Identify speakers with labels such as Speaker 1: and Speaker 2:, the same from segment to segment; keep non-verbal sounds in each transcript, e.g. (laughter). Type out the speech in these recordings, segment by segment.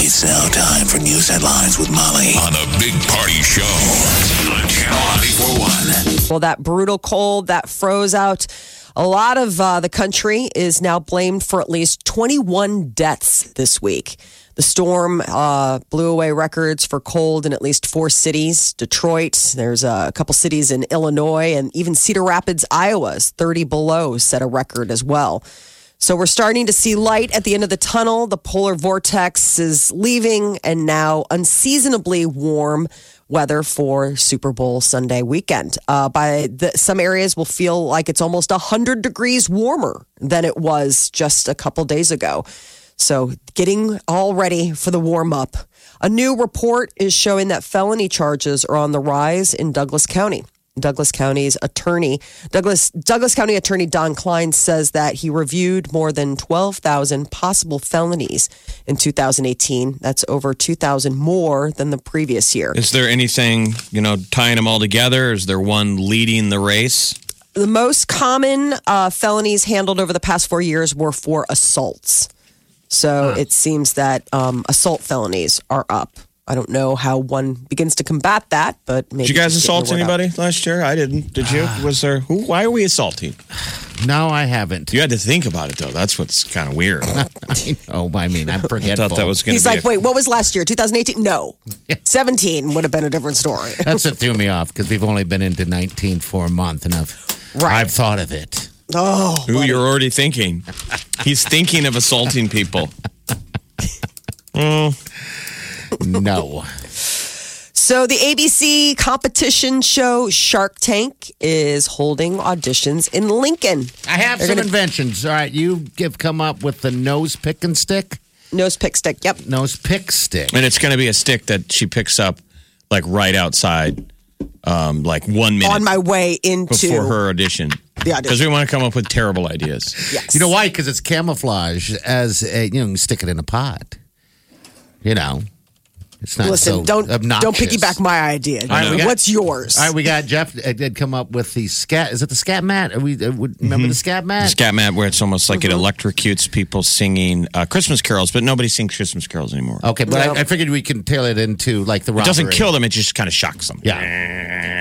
Speaker 1: It's now time for news headlines with Molly on the Big Party Show on Channel 941.
Speaker 2: Well, that brutal cold that froze out a lot of uh, the country is now blamed for at least 21 deaths this week. The storm uh, blew away records for cold in at least four cities Detroit, there's uh, a couple cities in Illinois, and even Cedar Rapids, Iowa's 30 below set a record as well. So we're starting to see light at the end of the tunnel. The polar vortex is leaving, and now unseasonably warm weather for Super Bowl Sunday weekend. Uh, by the, some areas will feel like it's almost 100 degrees warmer than it was just a couple days ago. So getting all ready for the warm up. A new report is showing that felony charges are on the rise in Douglas County. Douglas County's attorney, Douglas Douglas County attorney Don Klein says that he reviewed more than 12,000 possible felonies in 2018. That's over 2,000 more than the previous year.
Speaker 3: Is there anything, you know, tying them all together? Is there one leading the race?
Speaker 2: The most common uh, felonies handled over the past four years were for assaults. So
Speaker 3: Hmm.
Speaker 2: it seems that um, assault felonies are up. I don't know how one begins to combat that, but maybe
Speaker 3: Did you guys
Speaker 2: just getting
Speaker 3: assault
Speaker 2: the word out.
Speaker 3: anybody last year? I didn't. Did (sighs) you? Was there? Who? Why are we assaulting?
Speaker 4: No, I haven't. (laughs)
Speaker 3: You had to think about it though. That's what's kind of weird. (laughs) I
Speaker 4: Oh, I mean, I'm forgetful.
Speaker 3: thought that was going to
Speaker 2: He's
Speaker 3: be.
Speaker 2: like,
Speaker 3: a-
Speaker 2: wait, what was last year? 2018? No. 17 would have been a different story.
Speaker 4: That's what threw me off because we've only been into 19 for a month, and I've
Speaker 2: Right.
Speaker 4: I've thought of it.
Speaker 2: Oh,
Speaker 3: Who you're already thinking? He's thinking of assaulting people.
Speaker 4: No,
Speaker 2: So the ABC competition show Shark Tank is holding auditions in Lincoln.
Speaker 4: I have
Speaker 2: They're
Speaker 4: some
Speaker 2: gonna-
Speaker 4: inventions. All right, you have come up with the nose pick and stick.
Speaker 2: Nose pick stick. Yep.
Speaker 4: Nose pick stick.
Speaker 3: And it's going to be a stick that she picks up, like right outside, um, like one minute
Speaker 2: On my way into
Speaker 3: before her audition.
Speaker 2: The audition.
Speaker 3: Because we want to come up with terrible ideas.
Speaker 2: Yes.
Speaker 4: You know why? Because it's camouflage as a you know, you stick it in a pot. You know, it's not
Speaker 2: Listen,
Speaker 4: so
Speaker 2: don't
Speaker 4: obnoxious.
Speaker 2: don't piggyback my idea.
Speaker 4: right, we got-
Speaker 2: What's yours?
Speaker 4: All right, we got Jeff uh, did come up with the scat. Is it the scat mat? Are we uh, would- remember the scat mat?
Speaker 3: Scat map where it's almost like it
Speaker 2: Mm-hmm.
Speaker 3: electrocutes people singing uh, Christmas carols, but nobody sings Christmas carols anymore.
Speaker 4: Okay, but
Speaker 2: No.
Speaker 4: I, I figured we can tailor it into like the robbery.
Speaker 3: It doesn't kill them, it just kind of shocks them.
Speaker 4: Yeah.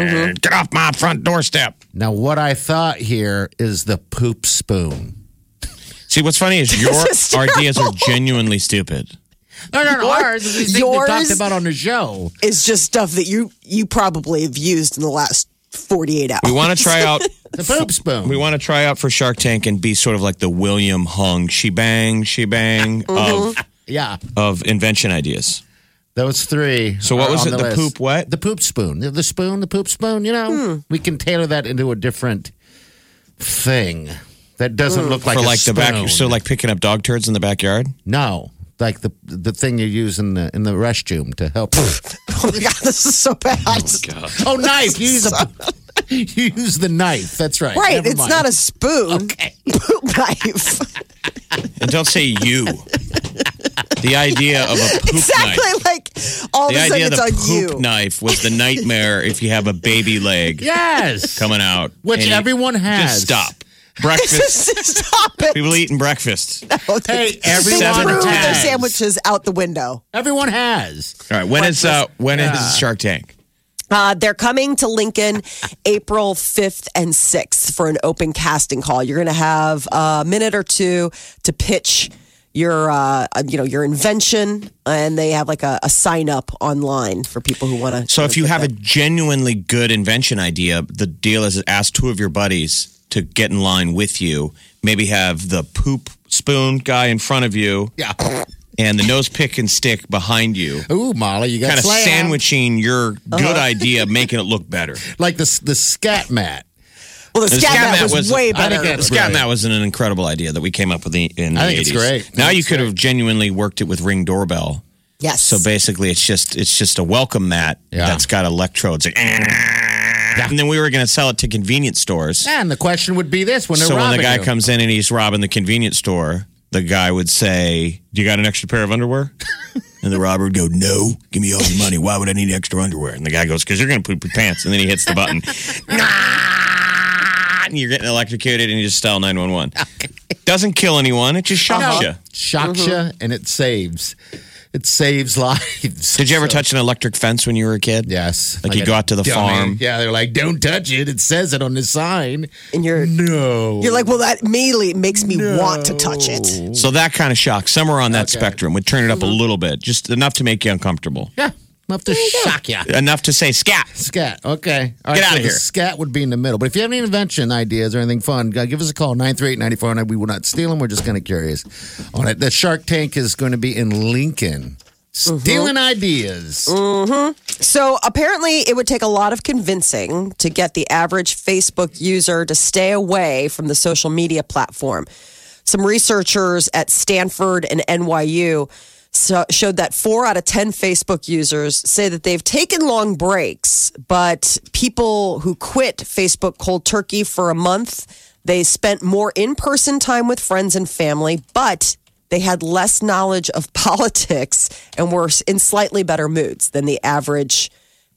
Speaker 2: Mm-hmm.
Speaker 3: Get off my front doorstep.
Speaker 4: Now, what I thought here is the poop spoon.
Speaker 3: See, what's funny
Speaker 2: (laughs)
Speaker 3: is your
Speaker 2: is terrible.
Speaker 3: ideas are genuinely stupid.
Speaker 4: No, no,
Speaker 2: Your-
Speaker 4: ours. is these things we
Speaker 2: yours-
Speaker 4: talked about on the show.
Speaker 2: It's just stuff that you you probably have used in the last 48 hours.
Speaker 3: We want to try out.
Speaker 4: The poop spoon.
Speaker 3: We want to try out for Shark Tank and be sort of like the William Hung she bang she bang
Speaker 2: Mm-hmm.
Speaker 3: of
Speaker 4: yeah,
Speaker 3: of invention ideas.
Speaker 4: those three.
Speaker 3: So what
Speaker 4: are
Speaker 3: was
Speaker 4: on
Speaker 3: it? The
Speaker 4: list.
Speaker 3: poop what?
Speaker 4: The poop spoon. The, the spoon. The poop spoon. You know,
Speaker 2: Hmm.
Speaker 4: we can tailor that into a different thing that doesn't
Speaker 2: Hmm.
Speaker 4: look like
Speaker 3: for
Speaker 4: a
Speaker 3: like the back,
Speaker 4: spoon.
Speaker 3: so like picking up dog turds in the backyard.
Speaker 4: no, like the the thing you use in the in the restroom to help.
Speaker 2: (laughs) oh my god, this is so bad. (laughs)
Speaker 4: oh, knife. You use a. (laughs) You use the knife. That's right.
Speaker 2: Right,
Speaker 4: Never
Speaker 2: it's
Speaker 4: mind.
Speaker 2: not a spoon. (laughs) Okay. Poop knife.
Speaker 3: And don't say
Speaker 2: (laughs)
Speaker 3: you. the idea of a poop
Speaker 2: exactly
Speaker 3: knife.
Speaker 2: like all
Speaker 3: The
Speaker 2: of a sudden
Speaker 3: idea of
Speaker 2: it's
Speaker 3: the
Speaker 2: on
Speaker 3: poop
Speaker 2: (laughs) you.
Speaker 3: knife was the nightmare if you have
Speaker 2: (laughs)
Speaker 3: a baby leg (laughs)
Speaker 4: Yes.
Speaker 3: coming out,
Speaker 4: Which
Speaker 3: And you-
Speaker 4: everyone has.
Speaker 3: Just stop.
Speaker 4: (laughs)
Speaker 3: Breakfast.
Speaker 2: Stop it.
Speaker 3: People eating
Speaker 4: (laughs)
Speaker 3: breakfast. All
Speaker 2: They
Speaker 4: Hey,
Speaker 3: Seven
Speaker 4: everyone
Speaker 2: threw their
Speaker 4: has.
Speaker 2: sandwiches out the window.
Speaker 4: Everyone has.
Speaker 3: right. When is uh when is
Speaker 4: Yeah.
Speaker 3: Shark Tank?
Speaker 2: Uh, they're coming to Lincoln April 5th and 6th for an open casting call. You're going to have a minute or two to pitch your uh, you know your invention and they have like a, a sign up online for people who want to
Speaker 3: So if you have a genuinely good invention idea, the deal is ask two of your buddies to get in line with you. Maybe have the poop spoon guy in front of you
Speaker 4: Yeah.
Speaker 3: and the nose pick and stick behind you.
Speaker 4: Ooh, Molly, you got
Speaker 3: Kind of
Speaker 4: slammed.
Speaker 3: sandwiching your good
Speaker 4: Uh-huh.
Speaker 3: idea, making it look better.
Speaker 4: like the the scat mat.
Speaker 2: well the,
Speaker 3: The
Speaker 2: scat,
Speaker 3: scat
Speaker 2: mat
Speaker 3: mat
Speaker 2: was,
Speaker 3: was-
Speaker 2: way
Speaker 4: I
Speaker 2: better
Speaker 4: think
Speaker 3: The
Speaker 4: That's
Speaker 3: scat
Speaker 4: brilliant.
Speaker 3: mat was an incredible idea that we came up with in, in
Speaker 4: I
Speaker 3: the
Speaker 4: think it's
Speaker 3: 80s.
Speaker 4: great.
Speaker 3: Now
Speaker 4: I think
Speaker 3: you
Speaker 4: it's
Speaker 3: could have genuinely worked it with Ring Doorbell
Speaker 2: Yes.
Speaker 3: So basically, it's just it's just a welcome mat
Speaker 4: Yeah.
Speaker 3: that's got electrodes, Like, and then we were going to sell it to convenience stores.
Speaker 4: And the question would be this: when they're
Speaker 3: so when the
Speaker 4: robbing
Speaker 3: guy
Speaker 4: you.
Speaker 3: comes in and he's robbing the convenience store, the guy would say, "Do you got an extra pair of
Speaker 4: (laughs)
Speaker 3: underwear?" and the robber would go, "No, give me all the money. Why would I need extra underwear?" And the guy goes, "Because you're going to poop your pants." And then he hits the
Speaker 4: (laughs)
Speaker 3: button, (laughs) and you're getting electrocuted, and you just dial nine one one. Doesn't kill anyone; it just shocks you.
Speaker 4: shocks you,
Speaker 2: Mm-hmm.
Speaker 4: and it saves. It saves (laughs) lives.
Speaker 3: Did you ever touch an electric fence when you were a kid?
Speaker 4: Yes.
Speaker 3: Like you
Speaker 4: a
Speaker 3: go out to the
Speaker 4: dummy.
Speaker 3: farm.
Speaker 4: Yeah, they're like, "Don't touch it." It says it on the sign.
Speaker 2: and you're
Speaker 4: No.
Speaker 2: you're like, well, that immediately makes me want to touch it.
Speaker 3: So that kind of shock, somewhere on that spectrum, would turn it up a
Speaker 4: Mm-hmm.
Speaker 3: little bit, just enough to make you uncomfortable,
Speaker 4: yeah, enough to
Speaker 3: (laughs)
Speaker 4: shock you.
Speaker 3: enough to say scat.
Speaker 4: Scat. Okay. All
Speaker 3: Get
Speaker 4: so
Speaker 3: outta
Speaker 4: the
Speaker 3: here.
Speaker 4: Scat would be in the middle. But if you have any invention ideas or anything fun, uh, give us a call 938-9400. We will not steal them. We're just kind of curious on it. The Shark Tank is going to be in Lincoln. Stealing
Speaker 2: Mm-hmm.
Speaker 4: ideas.
Speaker 2: Mm. So apparently, it would take a lot of convincing to get the average Facebook user to stay away from the social media platform. Some researchers at Stanford and NYU so- showed that four out of 10 Facebook users say that they've taken long breaks, but people who quit Facebook cold turkey for a month, they spent more in person time with friends and family, but they had less knowledge of (laughs) politics and were in slightly better moods than the average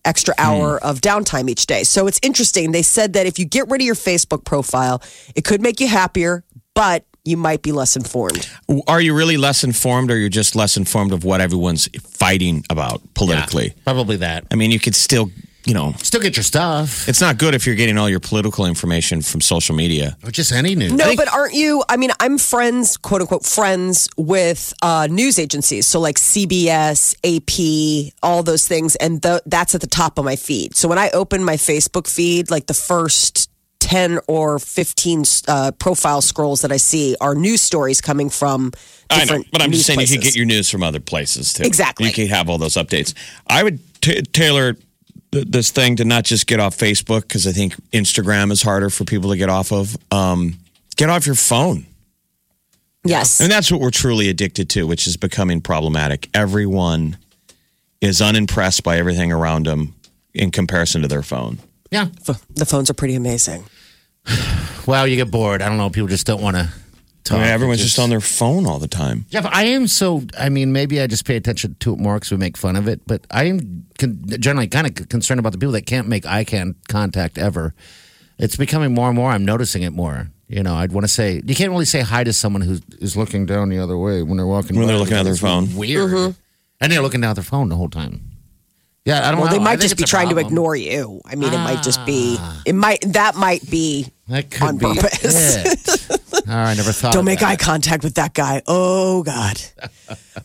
Speaker 2: extra hour of downtime each day. So it's interesting. They said that if you get rid of your Facebook profile, it could make you happier, but you might be less informed.
Speaker 3: Are you really less informed, or you're just less informed of what everyone's fighting about politically?
Speaker 4: Probably that.
Speaker 3: I mean, you could still, you know,
Speaker 4: Still get your stuff.
Speaker 3: it's not good if you're getting all your political information from social media.
Speaker 4: Or just any news.
Speaker 2: No, but aren't you? I mean, I'm friends, quote unquote, friends with uh, news agencies. So, like CBS, AP, all those things. And th- that's at the top of my feed. So, when I open my Facebook feed, like the first 10 or 15 uh, profile scrolls that I see are news stories coming from different.
Speaker 3: I know, but I'm
Speaker 2: news
Speaker 3: just saying you could
Speaker 2: places.
Speaker 3: get your news from other places too.
Speaker 2: Exactly.
Speaker 3: You could have all those updates. I would t- tailor th- this thing to not just get off Facebook because I think Instagram is harder for people to get off of. Um, get off your phone.
Speaker 2: Yes.
Speaker 3: And that's what we're truly addicted to, which is becoming problematic. Everyone is unimpressed by everything around them in comparison to their phone.
Speaker 4: Yeah.
Speaker 2: F- (laughs) The phones are pretty amazing.
Speaker 4: Well, you get bored. I don't know. People just don't want to talk.
Speaker 3: I mean, everyone's
Speaker 4: It
Speaker 3: just on their phone all the time.
Speaker 4: Yeah, but I am so. I mean, maybe I just pay attention to it more because we make fun of it. But I am con- generally kind of concerned about the people that can't make eye can- contact ever. It's becoming more and more. I'm noticing it more. You know, I'd want to say you can't really say hi to someone who's is looking down the other way when they're walking.
Speaker 3: When
Speaker 4: by.
Speaker 3: they're looking at their
Speaker 4: It's
Speaker 3: phone.
Speaker 4: weird.
Speaker 2: Mm-hmm.
Speaker 4: And they're looking down at their phone the whole time. Yeah, I don't.
Speaker 2: Well,
Speaker 4: know.
Speaker 2: they
Speaker 4: I
Speaker 2: might
Speaker 4: think
Speaker 2: just be
Speaker 4: it's a
Speaker 2: trying to
Speaker 4: problem. Ah.
Speaker 2: ignore you. I mean, it might just be, it might, that might be.
Speaker 4: That could
Speaker 2: on
Speaker 4: be
Speaker 2: purpose. (laughs)
Speaker 4: it. oh, I never thought.
Speaker 2: Don't
Speaker 4: of
Speaker 2: make
Speaker 4: that.
Speaker 2: eye contact with that guy. Oh God.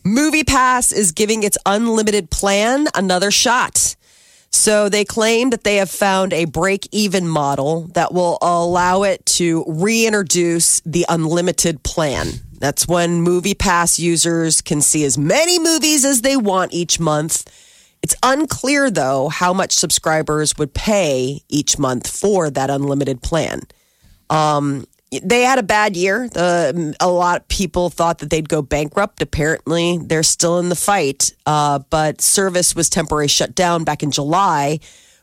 Speaker 2: Movie Pass is giving its unlimited plan another shot. So they claim that they have found a break even model that will allow it to reintroduce the unlimited plan. That's when Movie Pass users can see as many movies as they want each month. It's unclear though how much subscribers would pay each month for that unlimited plan they had a bad year. The, um, a lot of people thought that they'd go bankrupt. Apparently, they're still in the fight. Uh, but service was temporarily shut down back in July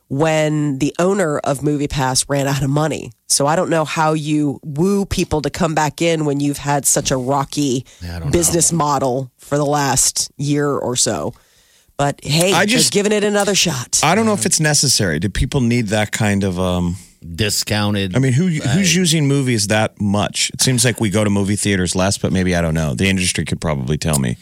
Speaker 2: when the owner of MoviePass ran out of money. So I don't know how you woo people to come back in when you've had such a rocky business model for the last year or so. But hey,
Speaker 3: I
Speaker 2: I just
Speaker 3: just- Uh,
Speaker 2: giving it another shot.
Speaker 3: I don't know if it's necessary. Do people need that kind of? Um,
Speaker 4: discounted.
Speaker 3: I mean, who who's using movies that much? It seems like we go to movie theaters less, but maybe I don't know. The industry could probably tell me.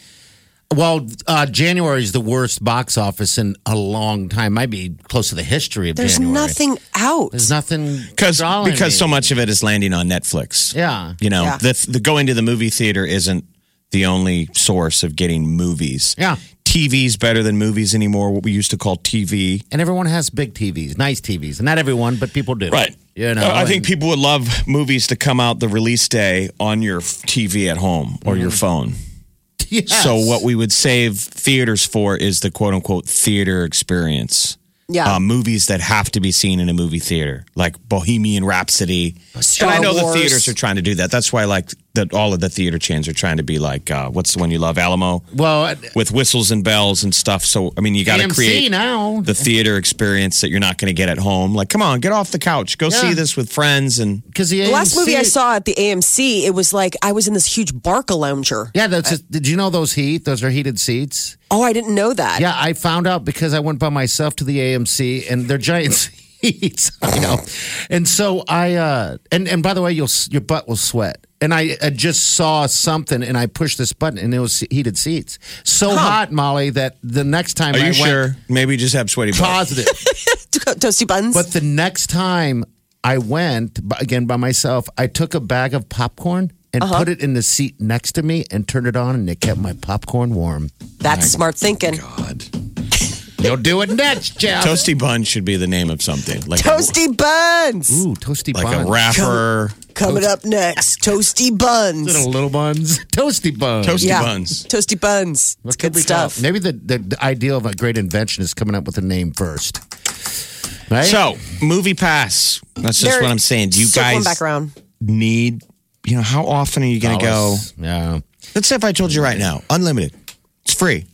Speaker 4: Well, uh, January is the worst box office in a long time. Might be close to the history of
Speaker 2: There's
Speaker 4: January.
Speaker 2: nothing out.
Speaker 4: There's nothing.
Speaker 3: Because
Speaker 4: drawing
Speaker 3: because
Speaker 4: me.
Speaker 3: so much of it is landing on Netflix.
Speaker 4: Yeah.
Speaker 3: you know
Speaker 2: Yeah.
Speaker 3: the the going to the movie theater isn't the only source of getting movies.
Speaker 4: Yeah.
Speaker 3: TV's better than movies anymore. What we used to call TV.
Speaker 4: And everyone has big TVs, nice TVs, and not everyone, but people do. You know.
Speaker 3: Uh, I think
Speaker 4: and-
Speaker 3: people would love movies to come out the release day on your TV at home or your phone.
Speaker 4: (laughs) Mm-hmm. Yes.
Speaker 3: So what we would save theaters for is the quote unquote theater experience.
Speaker 2: Yeah.
Speaker 3: Uh, movies that have to be seen in a movie theater, like Bohemian Rhapsody.
Speaker 2: Star
Speaker 3: and I know
Speaker 2: Wars.
Speaker 3: the theaters are trying to do that. That's why, like, that all of the theater chains are trying to be like. Uh, what's the one you love, Alamo,
Speaker 4: Well, I-
Speaker 3: with whistles and bells and stuff. So I mean, you got to
Speaker 4: AMC
Speaker 3: create
Speaker 4: now.
Speaker 3: the theater experience that you're not going to get at home. Like, come on, get off the couch, go see this with friends, and
Speaker 4: Because the,
Speaker 2: The last
Speaker 4: AMC
Speaker 2: movie I saw at the AMC, it was like I was in this huge Barca lounger.
Speaker 4: Yeah, that's. just- did you know those heat? Those are heated seats.
Speaker 2: Oh, I didn't know that.
Speaker 4: Yeah, I found out because I went by myself to the AMC, and they're giant (laughs) seats. You know, and so I. Uh, and and by the way, you'll s- your butt will sweat. And I, I just saw something, and I pushed this button, and it was heated seats. So hot, Molly, that the next time
Speaker 3: are
Speaker 4: I
Speaker 3: you
Speaker 4: went,
Speaker 3: sure? Maybe just have sweaty balls.
Speaker 4: positive.
Speaker 2: (laughs) Toasty buns.
Speaker 4: But the next time I went, b- again by myself, I took a bag of popcorn and put it in the seat next to me and turned it on, and it kept my popcorn warm.
Speaker 2: That's smart thinking.
Speaker 3: God.
Speaker 4: You'll do it next, Jeff.
Speaker 3: Toasty bun should be the name of something like
Speaker 2: Toasty buns.
Speaker 4: Ooh, toasty
Speaker 3: a, like
Speaker 4: buns.
Speaker 3: a wrapper,
Speaker 2: Coming up next, toasty
Speaker 4: Little,
Speaker 2: buns.
Speaker 4: little buns. (laughs) Toasty buns.
Speaker 3: toasty
Speaker 2: Yeah.
Speaker 3: buns.
Speaker 2: Toasty buns. It's
Speaker 4: What could
Speaker 2: good
Speaker 4: we call it?
Speaker 2: stuff.
Speaker 4: Maybe the, the, the idea of a great invention is coming up with a name first. Right?
Speaker 3: So movie pass. That's just
Speaker 2: They're
Speaker 3: what I'm saying. Do you
Speaker 2: circling
Speaker 3: guys
Speaker 2: back around.
Speaker 3: need? You know, how often are you going to go?
Speaker 4: Dollars. Yeah.
Speaker 3: Let's say if I told you right now, unlimited, it's free,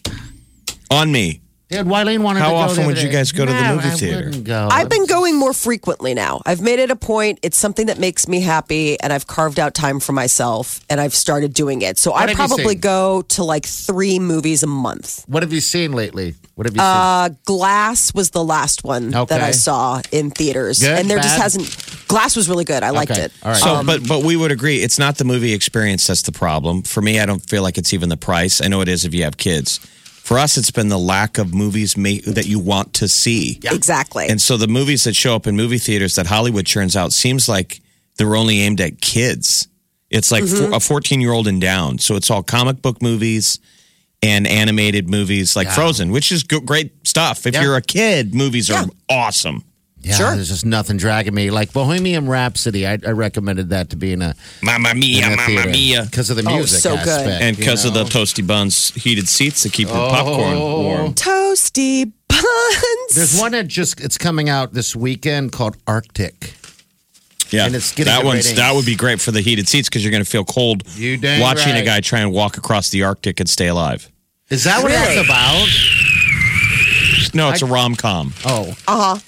Speaker 3: on me.
Speaker 4: Dude, Wileen wanted
Speaker 3: How
Speaker 4: to go
Speaker 3: often
Speaker 4: the other
Speaker 3: would you
Speaker 4: day.
Speaker 3: guys go to the
Speaker 4: No,
Speaker 3: movie
Speaker 4: I
Speaker 3: theater?
Speaker 4: wouldn't Go.
Speaker 2: I've been going more frequently now. I've made it a point. It's something that makes me happy, and I've carved out time for myself, and I've started doing it. So I
Speaker 4: have you
Speaker 2: probably
Speaker 4: seen?
Speaker 2: go to like three movies a month.
Speaker 4: What have you seen lately? What have you
Speaker 2: Uh, Glass was the last one that I
Speaker 4: Okay.
Speaker 2: saw in theaters,
Speaker 4: Good,
Speaker 2: and there just
Speaker 4: bad?
Speaker 2: hasn't. Glass was really good. I liked
Speaker 4: Okay,
Speaker 2: it. Um,
Speaker 4: all right.
Speaker 3: So,
Speaker 4: Um,
Speaker 3: but but we would agree it's not the movie experience that's the problem. For me, I don't feel like it's even the price. I know it is if you have kids. For us, it's been the lack of movies ma- that you want to see.
Speaker 2: Exactly.
Speaker 3: And so the movies that show up in movie theaters that Hollywood churns out seems like they're only aimed at kids. It's like
Speaker 4: Mm-hmm.
Speaker 3: for, a 14 year old and down. So it's all comic book movies and animated movies like Frozen, which is g- great stuff. If
Speaker 4: Yeah.
Speaker 3: you're a kid, movies are awesome.
Speaker 4: seen? Yeah,
Speaker 2: sure.
Speaker 4: There's just nothing dragging me. Like Bohemian Rhapsody, I, I recommended that to be in a,
Speaker 3: Mamma mia, mamma mia.
Speaker 4: because of the
Speaker 2: Oh,
Speaker 4: music
Speaker 2: so good.
Speaker 4: aspect.
Speaker 3: And because of the toasty buns, heated seats that keep the popcorn
Speaker 4: Oh.
Speaker 3: warm.
Speaker 2: Toasty buns.
Speaker 4: There's one that just it's coming out this weekend called Arctic.
Speaker 3: Yeah,
Speaker 4: And it's getting
Speaker 3: that
Speaker 4: good
Speaker 3: one's
Speaker 4: ratings.
Speaker 3: that would be great for the heated seats because you're going to feel cold
Speaker 4: You dang
Speaker 3: watching a
Speaker 4: right.
Speaker 3: guy try and walk across the Arctic and stay alive.
Speaker 4: Is that what
Speaker 2: Really?
Speaker 4: it's about?
Speaker 3: No, it's a rom com.
Speaker 4: Oh,
Speaker 2: Uh huh.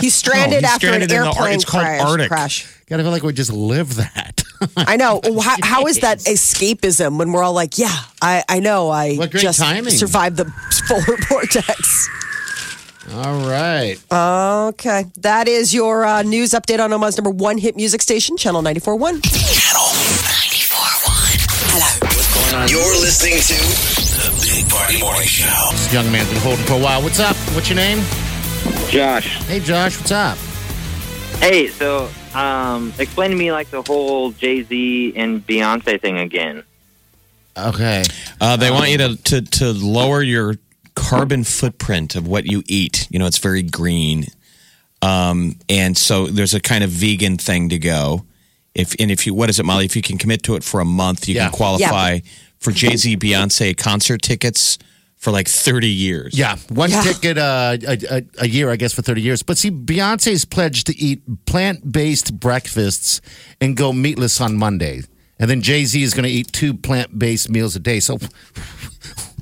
Speaker 2: He's stranded
Speaker 3: he's
Speaker 2: after
Speaker 3: stranded
Speaker 2: an
Speaker 3: in the Ar-
Speaker 2: airplane
Speaker 3: it's called
Speaker 2: crash.
Speaker 3: Arctic.
Speaker 2: crash.
Speaker 4: God, I feel like we just live that. (laughs)
Speaker 2: I know. Well, How, how is
Speaker 3: (laughs)
Speaker 2: that escapism when we're all like, yeah, I, I know, I
Speaker 4: What great
Speaker 2: just
Speaker 4: timing.
Speaker 2: survived the polar (laughs) vortex.
Speaker 4: All right.
Speaker 2: Okay, that is your uh, news update on Omaha's number one hit music station, Channel
Speaker 1: Channel
Speaker 2: 94.1.
Speaker 1: 94.1. You're listening to The Big Party Morning Show.
Speaker 4: This young man's been holding for a while. What's up? What's your name?
Speaker 5: Josh.
Speaker 4: Hey, Josh. What's up?
Speaker 5: Hey, so um, explain to me like the whole Jay Z and Beyonce thing again.
Speaker 4: Okay.
Speaker 3: Uh, they want you to, to to lower your carbon footprint of what you eat. You know, it's very green, um, and so there's a kind of vegan thing to go. If and if you what is it, Molly? If you can commit to it for a month, you
Speaker 4: Yeah.
Speaker 3: can qualify for Jay Z, Beyonce concert tickets for like 30 years.
Speaker 4: Yeah, one
Speaker 2: Yeah.
Speaker 4: ticket uh, a, a, a year, I guess, for thirty years. But see, Beyonce's pledged to eat plant-based breakfasts and go meatless on Monday, and then Jay Z is going to eat two plant-based meals a day. So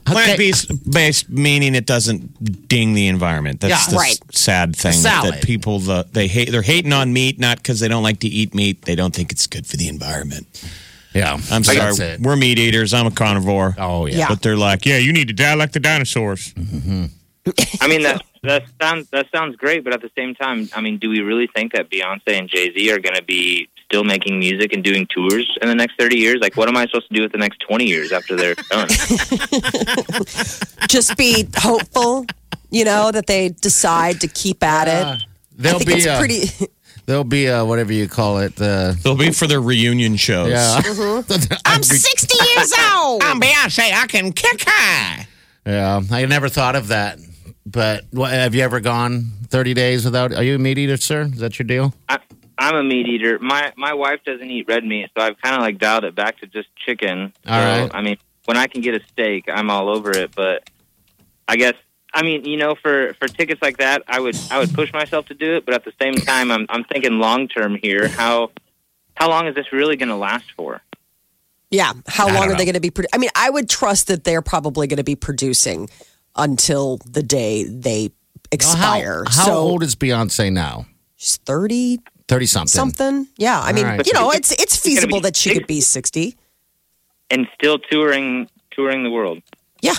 Speaker 3: Plant based, based meaning it doesn't ding the environment. That's
Speaker 4: Yeah.
Speaker 3: the
Speaker 2: Right.
Speaker 3: s- sad thing that, that
Speaker 4: salad.
Speaker 3: people the, they hate. They're hating on meat not because they don't like to eat meat. They don't think it's good for the environment.
Speaker 4: yeah,
Speaker 3: I'm
Speaker 4: That's
Speaker 3: sorry.
Speaker 4: it.
Speaker 3: We're meat eaters. I'm a carnivore.
Speaker 4: Oh yeah.
Speaker 2: Yeah.
Speaker 3: But they're like, yeah, Mm-hmm. you need to die like the dinosaurs.
Speaker 5: I mean that that sounds that sounds great, but at the same time, I mean, do we really think that Beyonce and Jay Z are going to be still making music and doing tours in the next thirty years? Like, what am I supposed to do with the next twenty years after they're done?
Speaker 2: Just be hopeful, you know, that they decide to keep at it. I
Speaker 4: There'll
Speaker 2: think
Speaker 4: Uh, be uh,
Speaker 2: it's
Speaker 4: a, (laughs)
Speaker 2: pretty.
Speaker 4: there'll be a, whatever you call it. Uh,
Speaker 3: They'll be for their reunion shows.
Speaker 4: yeah,
Speaker 2: I'm 60 years old.
Speaker 3: I'm Beyonce. I can kick high.
Speaker 4: yeah. I never thought of that. But what, have you ever gone thirty days without? Are you a meat eater, sir? Is that your deal?
Speaker 5: I, I'm a meat eater. My my wife doesn't eat red meat, so I've kind of like dialed it back to just chicken.
Speaker 4: All
Speaker 5: so,
Speaker 4: right.
Speaker 5: I mean, when I can get a steak, I'm all over it. But I guess I mean, you know, for for tickets like that, I would I would push myself to do it. But at the same time, I'm I'm thinking long term here. How how long is this really going to last for?
Speaker 2: (laughs) Yeah. How
Speaker 3: I
Speaker 2: long
Speaker 3: don't
Speaker 2: are they
Speaker 3: know.
Speaker 2: going to be? Produ- I mean, I would trust that they're probably going to be producing until the day they expire.
Speaker 4: How, how
Speaker 2: so
Speaker 4: old is Beyonce now?
Speaker 2: she's thirty
Speaker 4: 30 something.
Speaker 2: something. Yeah. I mean,
Speaker 4: right.
Speaker 2: you know, it's it's
Speaker 5: gonna
Speaker 2: feasible
Speaker 5: be
Speaker 2: that she could be sixty.
Speaker 5: and still touring touring the world.
Speaker 2: Yeah.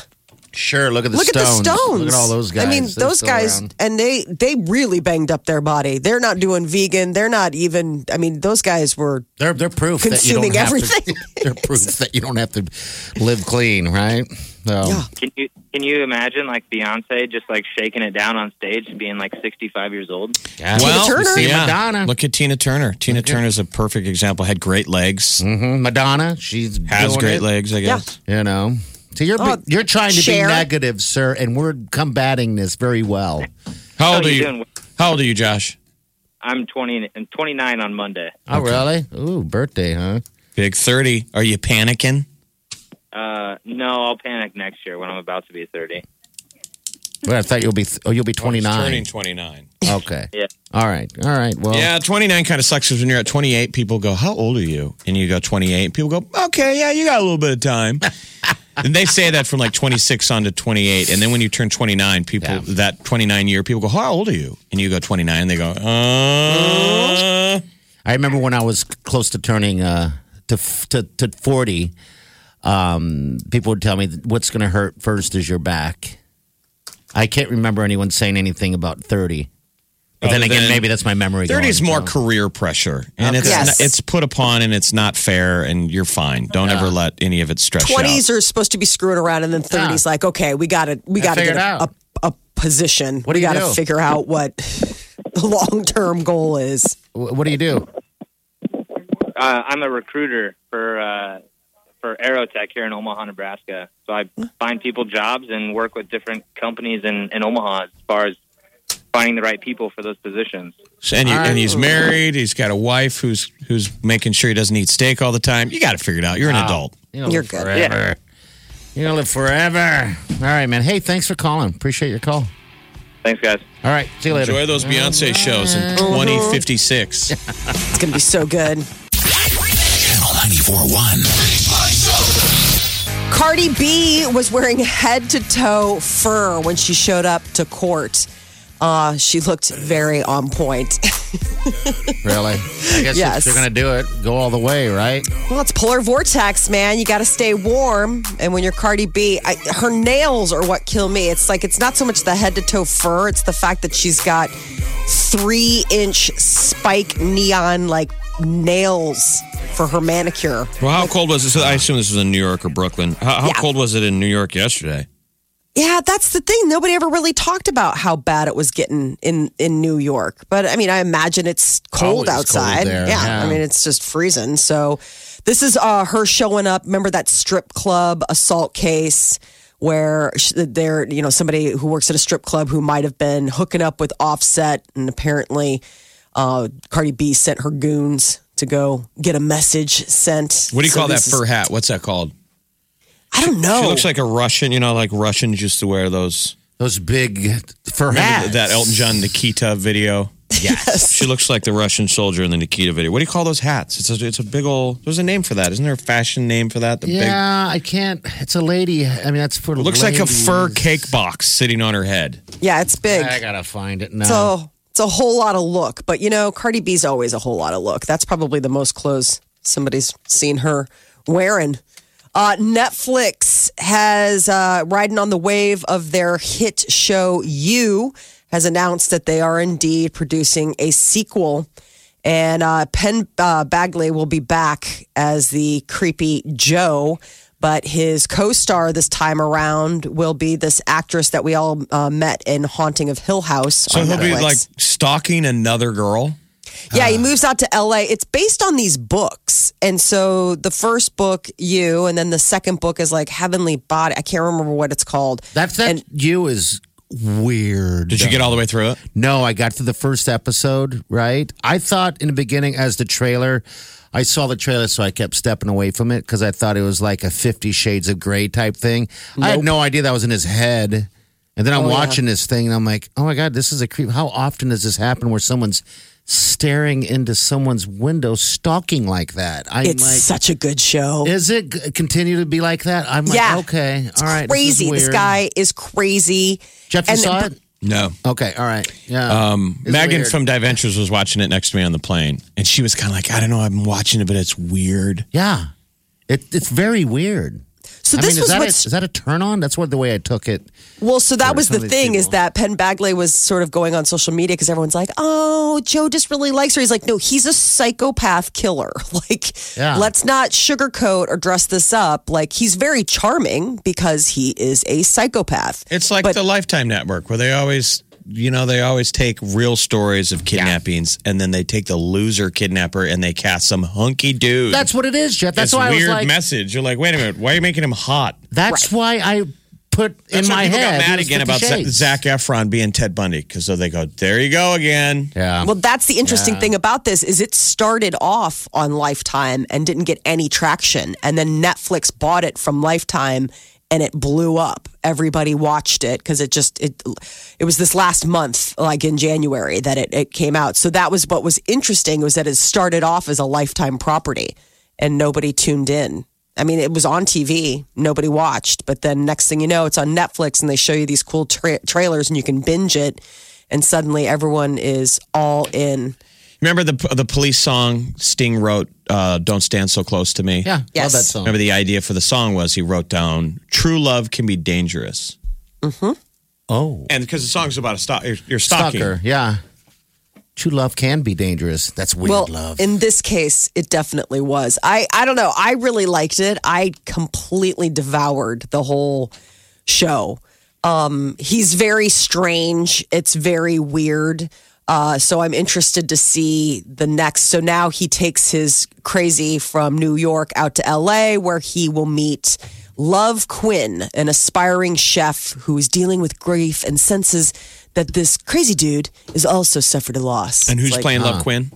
Speaker 4: Sure, look at the
Speaker 2: Look
Speaker 4: Stones.
Speaker 2: at the Stones.
Speaker 4: Look at all those guys.
Speaker 2: I mean,
Speaker 4: They're
Speaker 2: those
Speaker 4: still
Speaker 2: guys,
Speaker 4: around.
Speaker 2: and they they really banged up their body. They're not doing vegan. They're not even. I mean, those guys were.
Speaker 4: They're, they're proof
Speaker 2: Consuming
Speaker 4: that you don't
Speaker 2: everything.
Speaker 4: Have to, (laughs) they're
Speaker 2: (laughs)
Speaker 4: proof that you don't have to live clean, right? So,
Speaker 2: Yeah.
Speaker 5: Can you can you imagine like Beyonce just like shaking it down on stage and being like 65 years old?
Speaker 4: yeah.
Speaker 3: well,
Speaker 2: Turner?
Speaker 4: See
Speaker 3: yeah.
Speaker 4: Madonna.
Speaker 3: Look at Tina Turner. Tina Turner's a perfect example. Had great legs.
Speaker 4: Mhm, Madonna, she's
Speaker 3: Has
Speaker 4: doing
Speaker 3: great
Speaker 4: it,
Speaker 3: legs, I guess.
Speaker 4: You know. So you're
Speaker 2: Oh,
Speaker 4: you're trying to
Speaker 2: Cher.
Speaker 4: be negative, sir, and we're combating this very well.
Speaker 3: How
Speaker 5: How
Speaker 3: old
Speaker 5: you
Speaker 3: are you?
Speaker 5: doing?
Speaker 3: How old are you, Josh?
Speaker 5: I'm 20 and 29 on Monday.
Speaker 4: Oh, really? Ooh, birthday, huh?
Speaker 3: Big thirty. Are you panicking?
Speaker 5: Uh, no, I'll panic next year when I'm about to be 30.
Speaker 4: Well, I thought you'll be th- oh, you'll be twenty nine.
Speaker 3: Turning twenty nine.
Speaker 4: (laughs) Okay.
Speaker 5: Yeah.
Speaker 4: All right. All right. Well.
Speaker 3: Yeah, 29 kind of sucks because when you're at 28, people go, How old are you? And you go, 28. People go, Okay, yeah, you got a little bit
Speaker 2: (laughs)
Speaker 3: of time. and they say that from like 26 on to 28. And then when you turn 29, people,
Speaker 4: Yeah.
Speaker 3: that 29 year, people go, How old are you? And you go, 29. And they go, Uh.
Speaker 2: Mm-hmm.
Speaker 4: I remember when I was close to turning uh, to, to to forty, um, people would tell me that what's going to hurt first is your back. I can't remember anyone saying anything about thirty. But then
Speaker 3: Other
Speaker 4: again,
Speaker 3: than-
Speaker 4: maybe that's my memory.
Speaker 3: 30 is
Speaker 4: going,
Speaker 3: more
Speaker 4: so.
Speaker 3: career pressure. And it's,
Speaker 2: Yes.
Speaker 3: it's put upon and it's not fair and you're fine. Don't ever let any of it stress you out.
Speaker 2: Twenties are supposed to be screwing around, and then thirties, like, okay, we got to we got to
Speaker 4: figure
Speaker 2: get
Speaker 4: it
Speaker 2: a,
Speaker 4: out.
Speaker 2: a, a position.
Speaker 4: What
Speaker 2: we
Speaker 4: do you
Speaker 2: got to
Speaker 4: do?
Speaker 2: figure out what the long term goal is.
Speaker 4: Wh- What do you do?
Speaker 5: Uh, I'm a recruiter for uh, for Aerotech here in Omaha, Nebraska. So I find people jobs and work with different companies in, in Omaha as far as finding the right people for those positions.
Speaker 3: So- and, you, and he's married. He's got a wife who's who's making sure he doesn't eat steak all the time. You got to figure it out. You're an adult.
Speaker 4: You're,
Speaker 2: You're good.
Speaker 4: good. Forever. You're gonna live forever. All right, man. Hey, thanks for calling. Appreciate your call.
Speaker 5: Thanks, guys.
Speaker 4: All right. See you later.
Speaker 3: Enjoy those Beyonce shows in 2056.
Speaker 2: It's gonna be so good.
Speaker 1: Channel 941.
Speaker 2: Cardi B was wearing head to toe fur when she showed up to court. Uh, she looked very on point.
Speaker 4: Really? I guess
Speaker 2: Yes.
Speaker 4: if you're gonna do it, go all the way, right?
Speaker 2: Well, it's polar vortex, man. You got to stay warm. And when you're Cardi B, I, her nails are what kill me. It's like it's not so much the head to toe fur; it's the fact that she's got three inch spike neon like nails for her manicure.
Speaker 3: Well, how cold was it? So I assume this was in New York or Brooklyn. How, how
Speaker 2: Yeah.
Speaker 3: cold was it in New York yesterday?
Speaker 2: Yeah, that's the thing. Nobody ever really talked about how bad it was getting in in New York. But I mean, I imagine it's cold
Speaker 4: Always cold
Speaker 2: outside.
Speaker 4: there,
Speaker 2: yeah,
Speaker 4: yeah.
Speaker 2: I mean, it's just freezing. So this is uh, her showing up. Remember that strip club assault case where sh- there, you know, somebody who works at a strip club who might have been hooking up with Offset, and apparently, uh, Cardi B sent her goons to go get a message sent.
Speaker 3: What do you
Speaker 2: So
Speaker 3: call that
Speaker 2: this is- Oh.
Speaker 3: fur hat? What's that called?
Speaker 2: I don't know.
Speaker 3: She looks like a Russian. You know, like Russians used to wear those.
Speaker 4: Those big fur
Speaker 3: Remember
Speaker 4: hats.
Speaker 3: that Elton John Nikita video? Yes. (laughs) she looks like the Russian soldier in the Nikita video. What do you call those hats? It's a, it's a big old. There's a name for that. Isn't there a fashion name for that? The big.
Speaker 4: Yeah, I can't. It's a lady. I mean, that's for.
Speaker 3: Looks like a fur
Speaker 4: ladies.
Speaker 3: cake box sitting on her head.
Speaker 2: yeah, it's big.
Speaker 4: I gotta find it now.
Speaker 2: So it's a whole lot of look, but you know, Cardi B's always a whole lot of look. That's probably the most clothes somebody's seen her wearing. Uh, Netflix has uh, riding on the wave of their hit show You has announced that they are indeed producing a sequel, and uh, Penn uh, Bagley will be back as the creepy Joe. But his co-star this time around will be this actress that we all uh, met in *Haunting of Hill House*.
Speaker 3: So
Speaker 2: on
Speaker 3: he'll be
Speaker 2: Netflix.
Speaker 3: like "Ah." stalking another girl.
Speaker 2: Yeah, he moves out to LA. It's based on these books. And so the first book, You, and then the second book is like Heavenly Body. I can't remember what it's called.
Speaker 4: that that
Speaker 2: and-
Speaker 4: you is weird.
Speaker 3: Did you get all the way through it?
Speaker 4: No, I got to the first episode. Right, I thought in the beginning as the trailer. I saw the trailer, so I kept stepping away from it because I thought it was like a Fifty Shades of Grey type thing. I had no idea that was in his head. "Oh And then I'm watching this thing, and I'm like, "Oh my god, this is a creep." How often does this happen where someone's staring into someone's window, stalking like that. I'm
Speaker 2: It's
Speaker 4: like,
Speaker 2: such a good show.
Speaker 4: is it g- continue to be like that? I'm like,
Speaker 2: yeah.
Speaker 4: okay,
Speaker 2: It's
Speaker 4: all right. this is
Speaker 2: Crazy. This,
Speaker 4: weird.
Speaker 2: guy is crazy.
Speaker 4: Jeff, you
Speaker 2: And-
Speaker 4: saw
Speaker 2: but-
Speaker 4: it?
Speaker 3: No.
Speaker 4: Okay, all right. Yeah.
Speaker 3: Um,
Speaker 4: It's
Speaker 3: Megan
Speaker 4: weird.
Speaker 3: from Dive Ventures was watching it next to me on the plane, and she was kind of like, "I don't know, I've been watching it, but it's weird."
Speaker 4: yeah. It, it's very weird.
Speaker 2: So
Speaker 4: I
Speaker 2: this
Speaker 4: mean, is
Speaker 2: was
Speaker 4: that, a,
Speaker 2: what's
Speaker 4: is that a turn on? That's what the way I took it.
Speaker 2: Well, so that
Speaker 4: Or
Speaker 2: was
Speaker 4: some
Speaker 2: the
Speaker 4: of these
Speaker 2: thing is
Speaker 4: people.
Speaker 2: that Penn Bagley was sort of going on social media because everyone's like, "Oh, Joe just really likes her." He's like, "No, he's a psychopath killer. (laughs) like,
Speaker 4: Yeah.
Speaker 2: let's not sugarcoat or dress this up. Like, he's very charming because he is a psychopath."
Speaker 3: It's like
Speaker 2: But-
Speaker 3: the Lifetime Network, where they always, you know, they always take real stories of kidnappings, and then they take the loser kidnapper and they cast some hunky dude.
Speaker 4: That's what it is, Jeff. That's
Speaker 3: this
Speaker 4: why I was
Speaker 3: weird
Speaker 4: like,
Speaker 3: message. You're like, wait a minute, why are you making him hot?
Speaker 4: that's why I put
Speaker 3: That's
Speaker 4: in
Speaker 3: why
Speaker 4: my
Speaker 3: people
Speaker 4: head.
Speaker 3: got mad
Speaker 4: it was
Speaker 3: again
Speaker 4: 50
Speaker 3: about Zac
Speaker 4: shades.
Speaker 3: Zac Efron being Ted Bundy because so they go, there you go again.
Speaker 4: Yeah.
Speaker 2: Well, that's the interesting thing about this is it started off on Lifetime and didn't get any traction, and then Netflix bought it from Lifetime and it blew up. Everybody watched it because it just it it was this last month, like in January, that it, it came out. So that was what was interesting was that it started off as a Lifetime property, and nobody tuned in. I mean, it was on TV, nobody watched, but then next thing you know, it's on Netflix and they show you these cool tra- trailers and you can binge it. And suddenly everyone is all in.
Speaker 3: Remember the the police song Sting wrote, uh, "Don't Stand So Close to Me."
Speaker 4: yeah.
Speaker 2: Yes.
Speaker 4: Love that song.
Speaker 3: Oh. Remember the idea for the song was he wrote down, "True love can be dangerous,"
Speaker 4: Oh.
Speaker 3: and because the song's about a stock, you're, you're stalking.
Speaker 4: Stalker. Yeah. True love can be dangerous. That's weird
Speaker 2: Well,
Speaker 4: love.
Speaker 2: in this case, it definitely was. I, I don't know. I really liked it. I completely devoured the whole show. Um, he's very strange. It's very weird. Uh, so I'm interested to see the next. So now he takes his crazy from New York out to LA, where he will meet Love Quinn, an aspiring chef who is dealing with grief and senses that this crazy dude has also suffered a loss.
Speaker 3: And who's
Speaker 2: It's like-
Speaker 3: playing Love Quinn?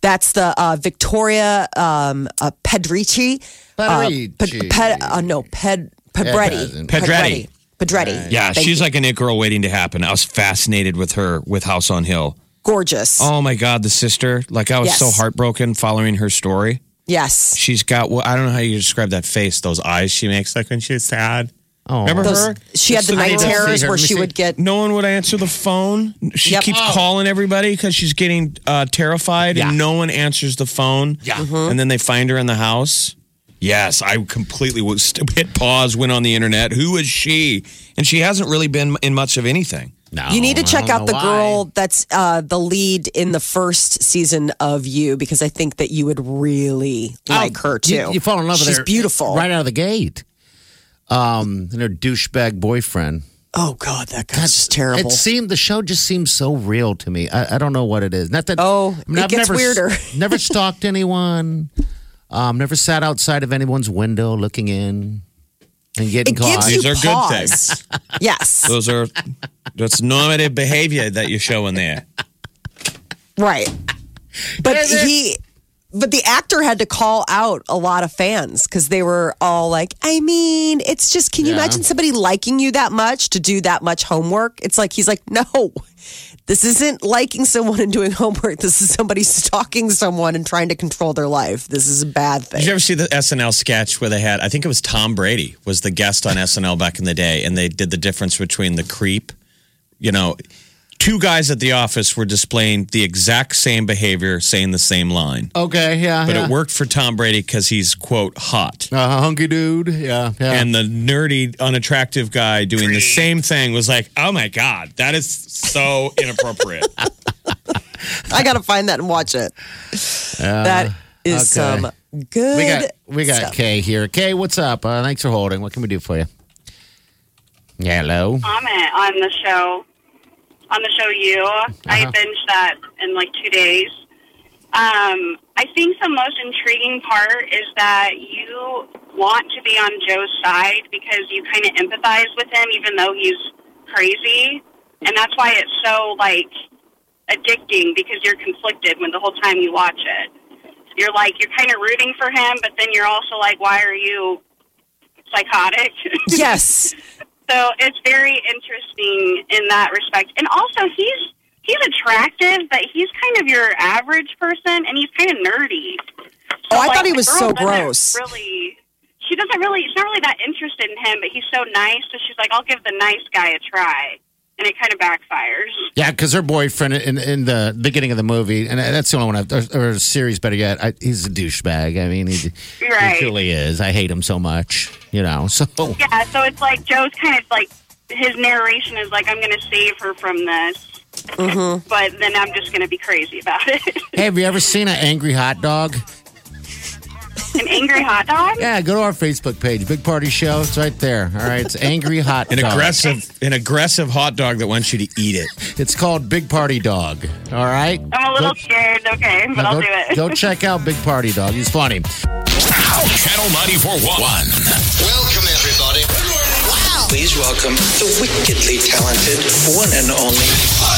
Speaker 2: that's the uh, Victoria um, uh, Pedrici. Uh, Pe-
Speaker 4: Pedrici.
Speaker 2: Pe- uh, no, Ped- Pedretti.
Speaker 4: doesn't-
Speaker 3: Pedretti.
Speaker 2: Pedretti.
Speaker 3: Yeah,
Speaker 2: Thank
Speaker 3: she's
Speaker 2: you.
Speaker 3: like an it girl waiting to happen. I was fascinated with her with House on Hill.
Speaker 2: gorgeous.
Speaker 3: Oh my God, the sister! Like I was
Speaker 2: Yes.
Speaker 3: so heartbroken following her story.
Speaker 2: Yes.
Speaker 3: She's got well, I don't know how you describe that face, those eyes she makes, like when she was sad.
Speaker 4: Oh.
Speaker 3: Remember her?
Speaker 2: Those, she had the night
Speaker 4: I don't
Speaker 2: terrors
Speaker 4: see her.
Speaker 2: where
Speaker 4: Let me
Speaker 2: she
Speaker 4: see.
Speaker 2: would get.
Speaker 3: No one would answer the phone. She
Speaker 2: Yep.
Speaker 3: keeps calling everybody because she's getting uh, terrified, and no one answers the phone. Yeah, and then they find her in the house. Mm-hmm. Yes, I completely was hit pause, went on the internet. Who is she? And she hasn't really been in much of anything.
Speaker 4: No,
Speaker 2: You need to
Speaker 4: Oh, I
Speaker 2: check
Speaker 4: don't
Speaker 2: out the
Speaker 4: know
Speaker 2: girl
Speaker 4: why.
Speaker 2: that's uh, the lead in the first season of You because I think that you would really like her too.
Speaker 4: Oh, You, you fall in love with
Speaker 2: She's
Speaker 4: her.
Speaker 2: beautiful.
Speaker 4: Right out of the gate. Um, and her douchebag boyfriend.
Speaker 2: Oh God, that guy's just terrible.
Speaker 4: It seemed the show just seems so real to me. I, I don't know what it is. Not that
Speaker 2: Oh,
Speaker 4: I mean,
Speaker 2: it
Speaker 4: I've
Speaker 2: gets
Speaker 4: never,
Speaker 2: weirder.
Speaker 4: (laughs) never stalked anyone. Um, never sat outside of anyone's window looking in and getting
Speaker 2: It
Speaker 4: caught.
Speaker 2: gives you
Speaker 3: These are good
Speaker 2: pause. yes.
Speaker 3: Those are that's normative behavior that you're showing there.
Speaker 2: Right. But
Speaker 4: Is it?
Speaker 2: he but the actor had to call out a lot of fans because they were all like, I mean, it's just can you
Speaker 4: Yeah.
Speaker 2: imagine somebody liking you that much to do that much homework? It's like he's like, No, this isn't liking someone and doing homework. This is somebody stalking someone and trying to control their life. This is a bad
Speaker 3: Did you
Speaker 2: thing.
Speaker 3: ever see the SNL sketch where they had? I think it was Tom Brady was the guest on SNL back in the day, and they did the difference between the creep. You know, two guys at the office were displaying the exact same behavior, saying the same line,
Speaker 4: okay, yeah.
Speaker 3: but
Speaker 4: yeah.
Speaker 3: it worked for Tom Brady because he's quote hot,
Speaker 4: Uh, hunky dude. Yeah, yeah.
Speaker 3: and the nerdy, unattractive guy doing the same thing was like, "Oh my god, that is so inappropriate."
Speaker 4: (laughs)
Speaker 2: I gotta find that and watch it. that is
Speaker 4: Uh, okay.
Speaker 2: some good
Speaker 4: we got we got
Speaker 2: stuff.
Speaker 4: Kay here. Kay, what's up? Uh, thanks for holding. What can we do for you? Hello.
Speaker 6: comment on the show on the show you i binged that in like two days um, i think the most intriguing part is that you want to be on joe's side because you kind of empathize with him even though he's crazy and that's why it's so like addicting because you're conflicted when the whole time you watch it you're like you're kind of rooting for him but then you're also like why are you psychotic (laughs)
Speaker 2: Yes.
Speaker 6: So it's very interesting in that respect. And also, he's he he's attractive, but he's kind of your average person, and he's kind of nerdy.
Speaker 2: Oh, I
Speaker 6: like,
Speaker 2: thought he
Speaker 6: the
Speaker 2: was
Speaker 6: girl
Speaker 2: so
Speaker 6: doesn't
Speaker 2: gross.
Speaker 6: Really, she doesn't really. She's not really that interested in him, but he's so nice, so she's like, "I'll give the nice guy a try," and it kind of backfires.
Speaker 4: Yeah, because her boyfriend in, in the beginning of the movie, and that's the only one I've, or, or series better yet, I, he's a douchebag. I mean, he,
Speaker 6: Right.
Speaker 4: he truly is. I hate him so much, you know. (laughs) So,
Speaker 6: Yeah, so it's like Joe's kind of like his narration is like, "I'm going to save her from this,"
Speaker 2: Mm-hmm.
Speaker 6: but then I'm just going to be crazy about it. (laughs)
Speaker 4: hey, have you ever seen an angry hot dog?
Speaker 6: An angry hot dog.
Speaker 4: Yeah, go to our Facebook page, Big Party Show. It's right there. All right, it's angry
Speaker 3: (laughs)
Speaker 4: hot
Speaker 3: An
Speaker 4: dog.
Speaker 3: aggressive, an aggressive hot dog that wants you to eat it.
Speaker 4: It's called Big Party Dog. All right,
Speaker 6: I'm a little
Speaker 4: Go-
Speaker 6: scared. Okay, (laughs) but I'll
Speaker 4: go,
Speaker 6: do it.
Speaker 4: go check out Big Party Dog. He's funny.
Speaker 1: Channel 941.
Speaker 7: Welcome, everybody. Wow. Please welcome the wickedly talented one and only